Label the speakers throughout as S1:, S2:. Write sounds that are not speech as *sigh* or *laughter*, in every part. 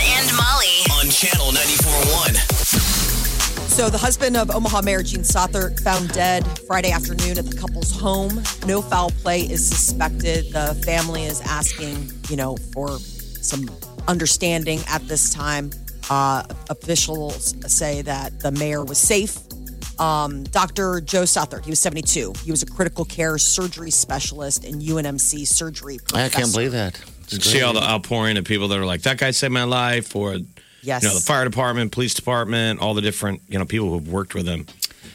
S1: and Molly.
S2: on Channel 94.1.
S3: So, the husband of Omaha Mayor Gene Sothert found dead Friday afternoon at the couple's home. No foul play is suspected. The family is asking, you know, for some understanding at this time. Uh, officials say that the mayor was safe. Um, Dr. Joe Sothert, he was 72. He was a critical care surgery specialist and UNMC surgery
S4: I
S3: professor.
S4: can't believe that. It's
S5: See all
S4: great.
S5: the outpouring of people that are like, that guy saved my life, or,
S3: Yes.
S5: you know, the fire department, police department, all the different, you know, people who've worked with him.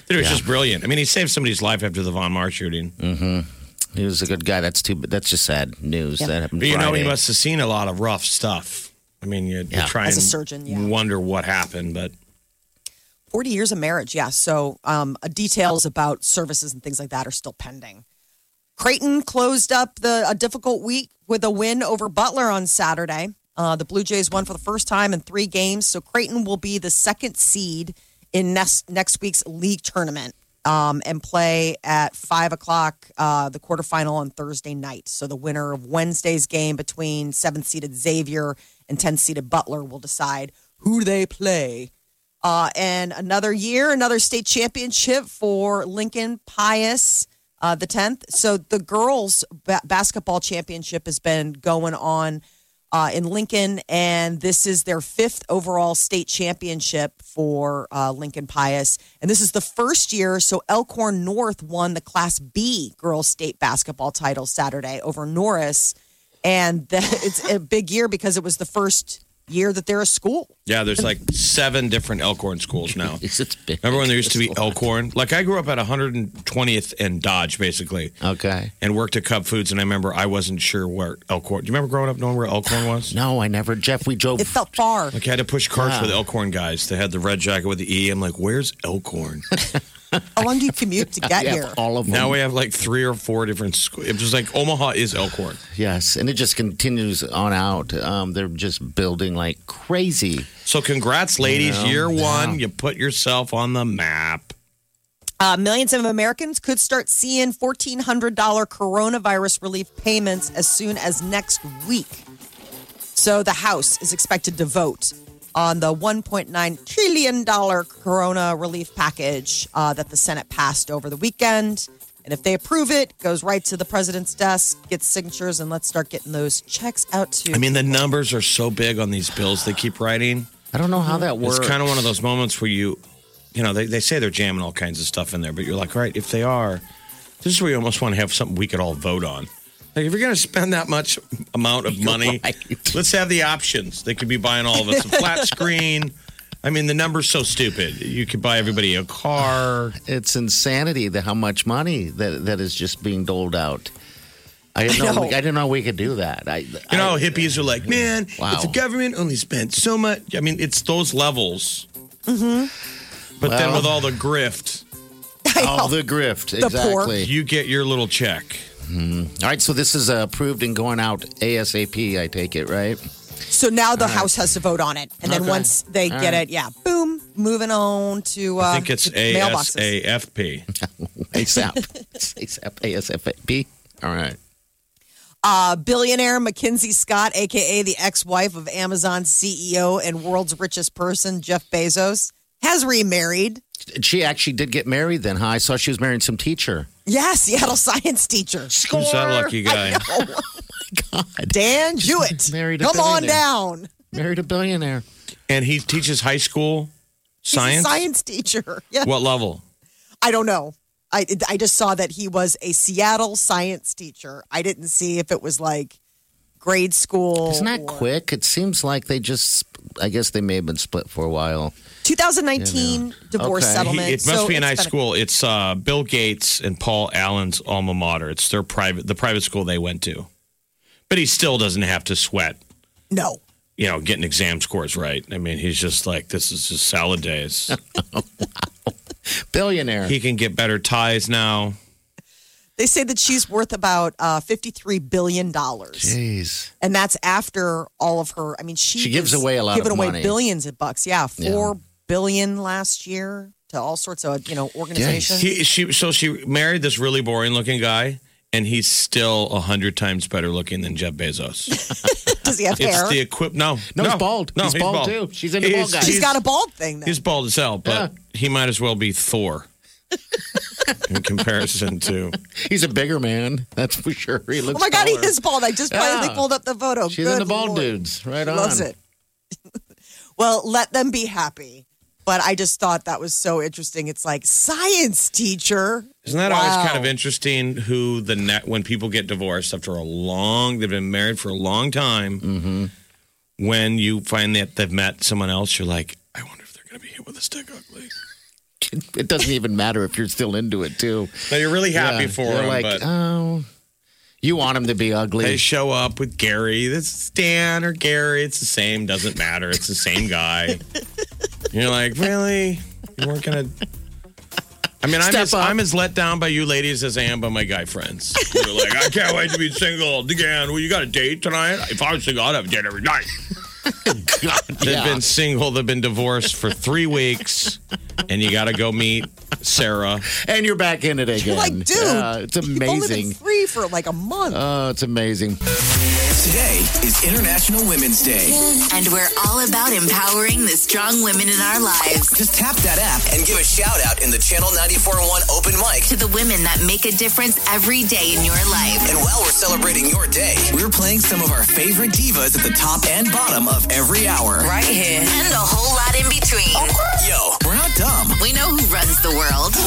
S5: It was just brilliant. I mean, he saved somebody's life after the Von March shooting.
S4: He was a good guy. That's too. That's just sad news. That happened.
S5: But you know,
S4: Friday.
S5: he must have seen a lot of rough stuff. I mean, you, you
S4: Yeah.
S5: try
S3: As a
S5: and
S3: surgeon, yeah.
S5: wonder what happened, but
S3: 40 years of marriage, yeah. So um, uh, details about services and things like that are still pending. Creighton closed up the a difficult week with a win over Butler on Saturday. Uh, the Blue Jays won for the first time in three games, so Creighton will be the second seed in next next week's league tournament um, and play at five o'clock uh, the quarterfinal on Thursday night. So the winner of Wednesday's game between seventh seeded Xavier and ten seeded Butler will decide who they play. Uh, and another year, another state championship for Lincoln Pius uh, the 10th. So the girls' ba- basketball championship has been going on uh, in Lincoln, and this is their fifth overall state championship for uh, Lincoln Pius. And this is the first year, so Elkhorn North won the Class B girls' state basketball title Saturday over Norris. And *laughs* the, it's a big year because it was the first year that they're a school.
S5: yeah, there's like seven different
S4: *laughs*
S5: Elkhorn schools now.
S4: It's, it's big.
S5: Remember when there used to be
S4: It's a lot.
S5: Elkhorn? Like I grew up at 120th and Dodge, basically,
S4: Okay.
S5: and worked at Cub Foods. And I remember I wasn't sure where Elkhorn. Do you remember growing up knowing where Elkhorn was?
S4: No, I never. Jeff, we drove.
S3: It felt far.
S5: Like I had to push carts
S4: Wow.
S5: with Elkhorn guys. They had the red jacket with the E. I'm like, where's Elkhorn? *laughs*
S3: How long do you commute to get
S4: yeah,
S3: here?
S4: all of them.
S5: now we have like three or four different schools. It was like Omaha is Elkhorn.
S4: yes, and it just continues on out. Um, they're just building like crazy.
S5: So congrats, ladies.
S4: You know,
S5: Year one,
S4: yeah.
S5: you put yourself on the map.
S3: Uh, millions of Americans could start seeing $1,400 coronavirus relief payments as soon as next week. So the House is expected to vote on the $1.9 trillion corona relief package uh, that the Senate passed over the weekend. And if they approve it, goes right to the president's desk, gets signatures, and let's start getting those checks out to.
S5: I
S3: *laughs*
S5: mean, the numbers are so big on these bills they keep writing.
S4: I don't know how that works.
S5: It's kind of one of those moments where you, you know, they, they say they're jamming all kinds of stuff in there, but you're like, all right, if they are, this is where you almost want to have something we could all vote on. Like, if you're going to spend that much
S4: *laughs*
S5: amount of money,
S4: right.
S5: let's have the options. They could be buying all of us a
S4: *laughs*
S5: flat screen. I mean, the number's so stupid. You could buy everybody a car.
S4: It's insanity the how much money that that is just being doled out. I didn't know.
S3: know.
S4: We, I didn't know we could do that. I,
S5: You know, how hippies are like, man,
S4: Wow.
S5: if the government only spent so much, I mean, it's those levels. But then
S4: Mm-hmm. Well.
S5: with all the grift,
S3: *laughs*
S4: *laughs* all the grift.
S3: pork.
S4: Exactly.
S5: you get your little check.
S4: All right, so this is uh, approved and going out ASAP, I take it, right?
S3: So now the House has to vote on it, and then
S4: Okay.
S3: once they
S4: All
S3: get
S4: right.
S3: it, yeah, boom, moving on to. Uh,
S5: I think it's
S3: to mailboxes.
S5: ASAFP.
S4: ASAP. ASAP, ASAP. All right.
S3: Uh, billionaire Mackenzie Scott, aka the ex-wife of Amazon CEO and world's richest person Jeff Bezos, has remarried.
S4: She actually did get married then, huh? I saw she was marrying some teacher.
S3: Yeah, Seattle *laughs* science teacher
S5: Who's that lucky *laughs* guy? Oh
S4: God.
S3: Dan Hewitt.
S4: Married a
S3: Come on
S4: billionaire.
S3: down.
S4: Married a billionaire.
S5: And he teaches high school
S3: He's a
S5: science.
S3: science teacher. *laughs* Yeah,
S5: What level?
S3: I don't know. I I just saw that he was a Seattle science teacher. I didn't see if it was like grade school.
S4: Isn't that
S3: or-
S4: quick? It seems like they just, I guess they may have been split for a while.
S3: 2019 divorce
S4: Okay.
S3: settlement.
S5: He- it must
S3: So
S5: be a
S3: it's
S5: nice
S3: been a-
S5: school. It's uh, Bill Gates and Paul Allen's alma mater. It's their private, the private school they went to. But he still doesn't have to sweat,
S3: No.
S5: you know, getting exam scores right. I mean, he's just like, this is just salad *laughs* days.
S4: Billionaire.
S5: he can get better ties now.
S3: They say that she's worth about uh, $53 billion.
S4: Jeez.
S3: And that's after all of her. I mean, she,
S4: She gives
S3: is
S4: away a lot of
S3: giving away
S4: money.
S3: billions of bucks. Yeah,
S4: Yeah.
S3: four billion last year to all sorts of you know organizations.
S5: He, she, so she married this really boring looking guy, and he's still a hundred times better looking than Jeff Bezos.
S3: Does he have hair?
S5: It's the equip. No,
S4: No, he's bald. He's bald, too. She's into bald guys.
S3: She's got a bald thing. Then.
S5: He's bald as hell, but he might as well
S3: *laughs*
S5: be Thor in comparison to.
S4: He's a bigger man, that's for sure. He
S3: Oh
S4: looks
S3: my god, he
S4: taller.
S3: is bald! I just
S4: Yeah.
S3: finally pulled up the photo.
S4: She's
S3: Good
S4: into bald
S3: Lord.
S4: dudes. Right on.
S3: Loves it. *laughs* well, let them be happy. But I just thought that was so interesting. It's like science teacher.
S5: Isn't that always kind of
S3: Wow.
S5: interesting? Who the net when people get divorced after a long, they've been married for a long time.
S3: Mm-hmm.
S5: When you find that they've met someone else, you're like, I wonder if they're going to be hit with a stick ugly.
S4: It doesn't even matter if you're still into it too.
S5: Now you're really happy
S4: Yeah,
S5: for
S4: you're
S5: him,
S4: like,
S5: but
S4: oh, you want him to be
S5: they
S4: ugly.
S5: show up with Gary. This is Dan or Gary. It's the same. Doesn't matter. It's the same *laughs* guy. you're like, really? You weren't gonna. I mean, I'm
S4: Step
S5: as,
S4: up.
S5: I'm as let down by you ladies as I am by my guy friends. They're like, I can't wait to be single. Dan, well, you got a date tonight? If I was single, I'd have a date every *laughs* night. They've
S4: Yeah.
S5: been single. They've been divorced for three weeks, and you got to go meet Sarah.
S4: and you're back in it again.
S3: You're like, dude,
S4: Yeah,
S3: *laughs*
S4: it's
S3: you've only been
S4: amazing.
S3: free for like a month.
S4: Oh, it's amazing.
S2: Today is International Women's Day.
S1: And we're all about empowering the strong women in our lives.
S2: Just tap that app and give a shout out in the Channel 941 open mic.
S1: To the women that make a difference every day in your life.
S2: And while we're celebrating your day, we're playing some of our favorite divas at the top and bottom of every hour.
S1: Right here. And a whole lot in between.
S2: Yo, we're not dumb.
S1: We know who runs the world.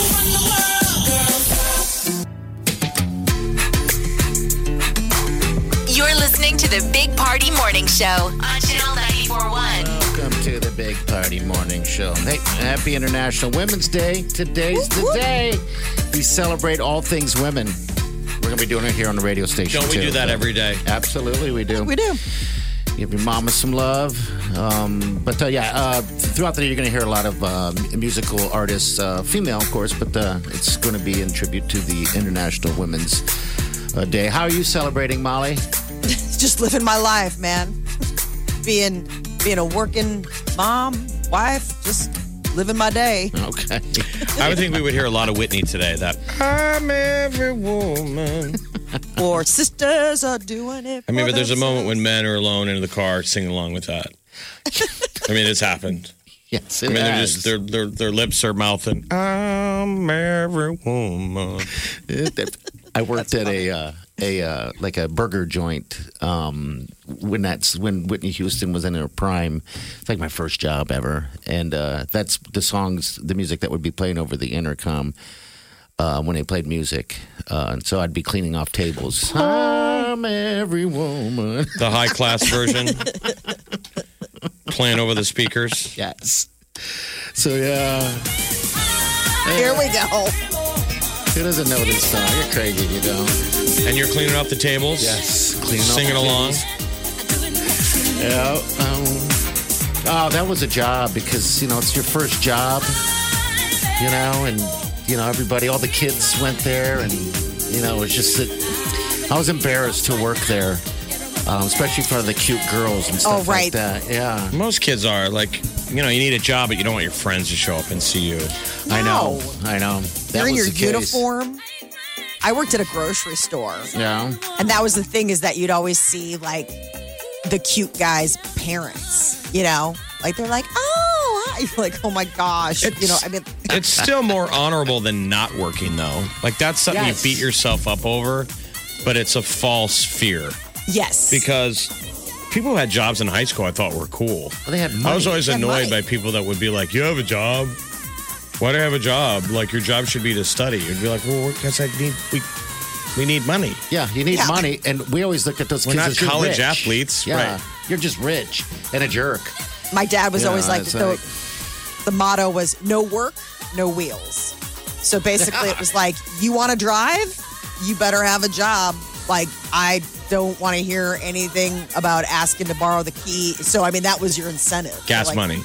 S1: You're listening to the Big Party Morning Show on Channel 941.
S4: Welcome to the Big Party Morning Show. Hey, happy International Women's Day. Today's the day we celebrate all things women. We're going to be doing it here on the radio station.
S5: Don't we
S4: too.
S5: do that every day?
S4: Absolutely, we do.
S3: we do.
S4: Give your mama some love. Um, but uh, yeah, uh, throughout the day, you're going to hear a lot of uh, musical artists, uh, female, of course, but uh, it's going to be in tribute to the International Women's uh, Day. How are you celebrating, Molly? *laughs*
S3: Just living my life, man. *laughs* being being a working mom, wife, just living my day.
S4: Okay.
S5: I would think we would hear a lot of Whitney today. That I'm every woman.
S3: Or sisters are doing it.
S5: I mean, but there's a moment when men are alone in the car singing along with that. I mean, it's happened.
S4: yes,
S5: I
S4: it
S5: mean, they're
S4: has.
S5: just their their their lips are mouthing. I'm every woman.
S4: I worked at a uh, a uh, like a burger joint um, when that's when Whitney Houston was in her prime. It's like my first job ever, and uh, that's the songs, the music that would be playing over the intercom uh, when they played music. Uh, and so I'd be cleaning off tables. I'm every woman. *laughs*
S5: The high class version playing over the speakers.
S4: Yes. So yeah,
S3: Here we go.
S4: who doesn't know this song? You're crazy, you don't.
S5: And you're cleaning off the tables.
S4: Yes, cleaning off
S5: Singing
S4: the
S5: along.
S4: tables. Yeah. Um, oh, that was a job because you know it's your first job, you know, and you know everybody, all the kids went there, and you know it's just that I was embarrassed to work there, um, especially for the cute girls and stuff
S3: Oh, right.
S4: like that. Yeah,
S5: Most kids are like, you know, you need a job, but you don't want your friends to show up and see you.
S4: I know,
S3: No.
S4: I know. That
S3: You're in your
S4: was the case.
S3: uniform. I worked at a grocery store.
S4: Yeah.
S3: And that was the thing is that you'd always see like the cute guy's parents, you know? Like they're like, oh, hi." *laughs* you're like, oh my gosh. you know, I mean,
S5: It's still more honorable than not working, though. Like that's something
S4: Yes.
S5: you beat yourself up over, but it's a false fear
S3: yes.
S5: because people who had jobs in high school I thought were cool.
S4: Well, they had
S5: I was
S4: money.
S5: always
S3: They had
S5: annoyed by
S3: money.
S5: people that would be like, "You have a job? Why do I have a job? Like your job should be to study." You'd be like, "Well, because I need we we need money."
S4: Yeah, you need
S3: Yeah.
S4: money, and we always looked at those
S5: We're
S4: kids
S5: not
S4: as you're
S5: college
S4: rich.
S5: athletes,
S4: Yeah,
S5: right.
S4: you're just rich and a jerk.
S3: My dad was
S4: You
S3: always
S4: know,
S3: like
S4: it's
S3: the,
S4: like-
S3: the motto was no work, no wheels. So basically, it was like you want to drive, you better have a job. Like I don't want to hear anything about asking to borrow the key. So, I mean, that was your incentive.
S5: Gas
S3: Like,
S5: money.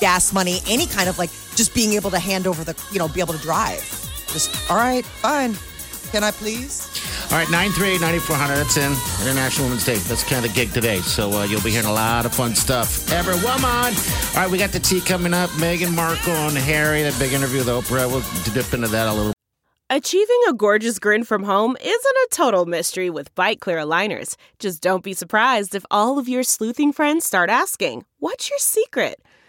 S3: Gas money, any kind of like just being able to hand over the, you know, be able to drive. Just, all right, fine. Can I please?
S4: All right, 938 9400. That's in International Women's Day. That's kind of the gig today. So uh, you'll be hearing a lot of fun stuff. Every woman. All right, we got the tea coming up. Meghan Markle and Harry, that big interview with Oprah. We'll dip into that a little
S6: Achieving a gorgeous grin from home isn't a total mystery with bite clear aligners. Just don't be surprised if all of your sleuthing friends start asking, What's your secret?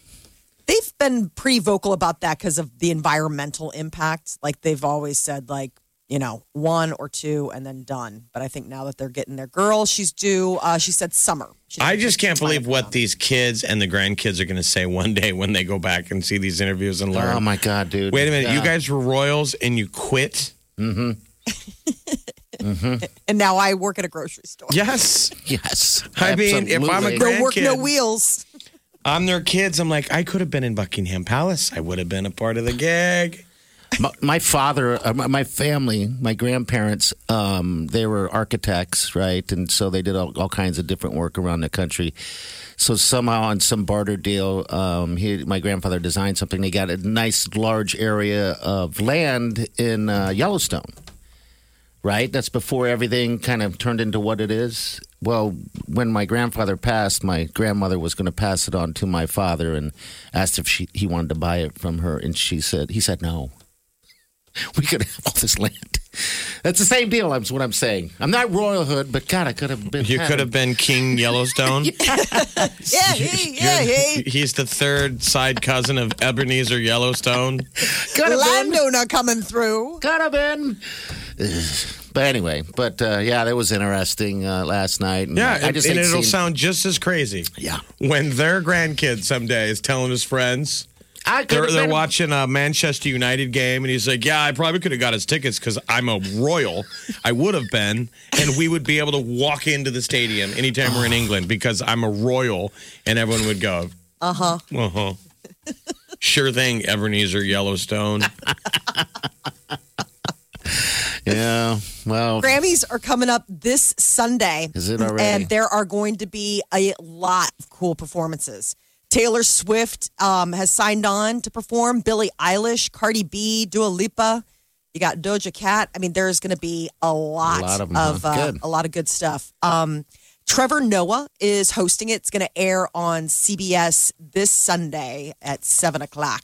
S3: They've been pretty vocal about that because of the environmental impact. Like, they've always said, like, you know, one or two and then done. But I think now that they're getting their girl, she's due, uh, she said summer. She
S5: I
S3: said
S5: just
S3: she's
S5: can't
S3: trying
S5: believe
S3: to
S5: what these kids and the grandkids are going to say one day when they go back and see these interviews and learn.
S4: Oh my god, dude!
S5: Wait a minute, you
S4: Yeah.
S5: guys were royals and you quit?
S3: And now I work at a grocery store.
S5: Yes.
S4: Yes,
S5: I mean, if I'm a
S4: absolutely.
S5: girl-
S3: No work, no
S5: Grandkids.
S3: wheels. *laughs*
S5: I'm their kids. I'm like, I could have been in Buckingham Palace. I would have been a part of the gig.
S4: my, my father, uh, my- my family, my grandparents, um, they were architects, right? And so they did all, all kinds of different work around the country. So somehow, on some barter deal, um, he, my grandfather designed something. They got a nice large area of land in uh, Yellowstone, right? That's before everything kind of turned into what it is. Well, when my grandfather passed, my grandmother was going to pass it on to my father and asked if she, he wanted to buy it from her, and she said he said no *laughs* we could have all this land. That's the same deal. That's what I'm saying. I'm not royalhood, but God, I could have been.
S5: You could have been King Yellowstone.
S3: Yeah,
S5: *laughs*
S3: hey, yeah, hey.
S5: He's the third side cousin of Ebenezer Yellowstone.
S4: Could have been.
S3: Landowner coming through.
S4: Could have been. Ugh. *sighs* But anyway, but uh, yeah, that was interesting uh, last night. And
S5: Yeah,
S4: I
S5: and,
S4: just
S5: and
S4: hate
S5: it'll
S4: seeing-
S5: sound just as crazy.
S4: Yeah.
S5: When their grandkid someday is telling his friends,
S4: I could
S5: they're,
S4: have
S5: they're
S4: been-
S5: *laughs* watching a Manchester United game, and he's like, Yeah, I probably could have got his tickets because I'm a royal. I would have been, and we would be able to walk into the stadium anytime
S4: *sighs*
S5: we're in England because I'm a royal, and everyone would go,
S3: Uh
S4: Uh-huh.
S3: huh.
S5: Uh
S4: *laughs*
S5: huh. Sure thing, Ebenezer Yellowstone.
S4: Yeah, well,
S3: Grammys are coming up this Sunday.
S4: Is it already?
S3: And there are going to be a lot of cool performances. Taylor Swift um, has signed on to perform. Billie Eilish, Cardi B, Dua Lipa. You got Doja Cat. I mean, there's going to be a lot,
S4: lot of 'em, huh?
S3: uh,
S4: Good.
S3: a lot of good stuff. Um, Trevor Noah is hosting it. It's going to air on CBS this Sunday at seven o'clock.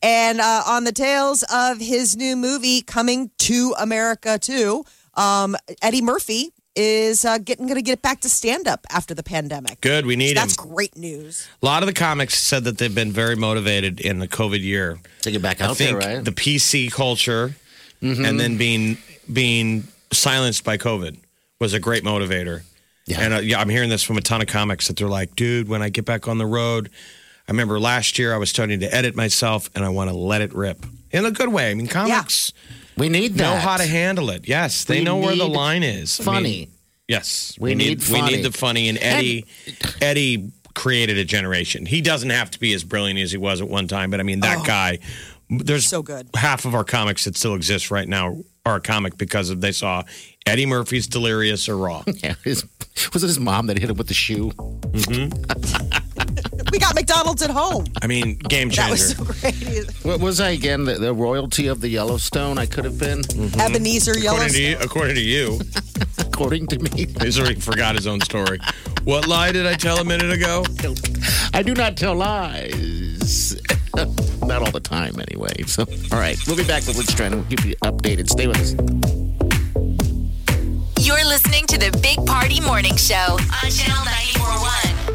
S3: And uh, on the tails of his new movie coming to America too, um, Eddie Murphy is uh, getting going to get back to stand up after the pandemic.
S5: Good, we need him.
S3: That's great news.
S5: A lot of the comics said that they've been very motivated in the COVID year.
S4: take it back
S5: I
S4: out there,
S5: think
S4: right? Mm-hmm.
S5: the PC culture and then being being silenced by COVID was a great motivator.
S4: Yeah.
S5: And uh, yeah, I'm hearing this from a ton of comics that they're like, dude, when I get back on the road, I remember last year I was starting to edit myself and I want to let it rip in a good way. I mean, comics
S4: we need that.
S5: know how to handle it. Yes, they
S4: We
S5: know where the
S4: need
S5: line is. I mean,
S4: funny.
S5: yes,
S4: We need
S5: we
S4: funny.
S5: need the funny. And Eddie, Eddie created a generation. He doesn't have to be as brilliant as he was at one time, but I mean that guy. There's
S3: So good.
S5: half of our comics that still exist right now are a comic because of they saw Eddie Murphy's Delirious or Raw.
S4: *laughs* yeah, his, was it his mom that hit him with the shoe?
S3: We got McDonald's at
S5: *laughs*
S3: home.
S5: I mean, game
S3: That
S5: changer.
S3: was so great.
S4: What was I again? The, the royalty of the Yellowstone? I could have been,
S5: Mm.
S3: Ebenezer
S5: Mm-hmm. according
S3: Yellowstone.
S5: to you, according to you, *laughs*
S4: according to me.
S5: he's already forgot his own story. What lie did I tell a minute ago?
S4: I do not tell lies. *laughs* not all the time, anyway. So, all right, we'll be back with What's Trending. We'll keep you updated. Stay with us.
S1: You're listening to the Big Party Morning Show on Channel 941.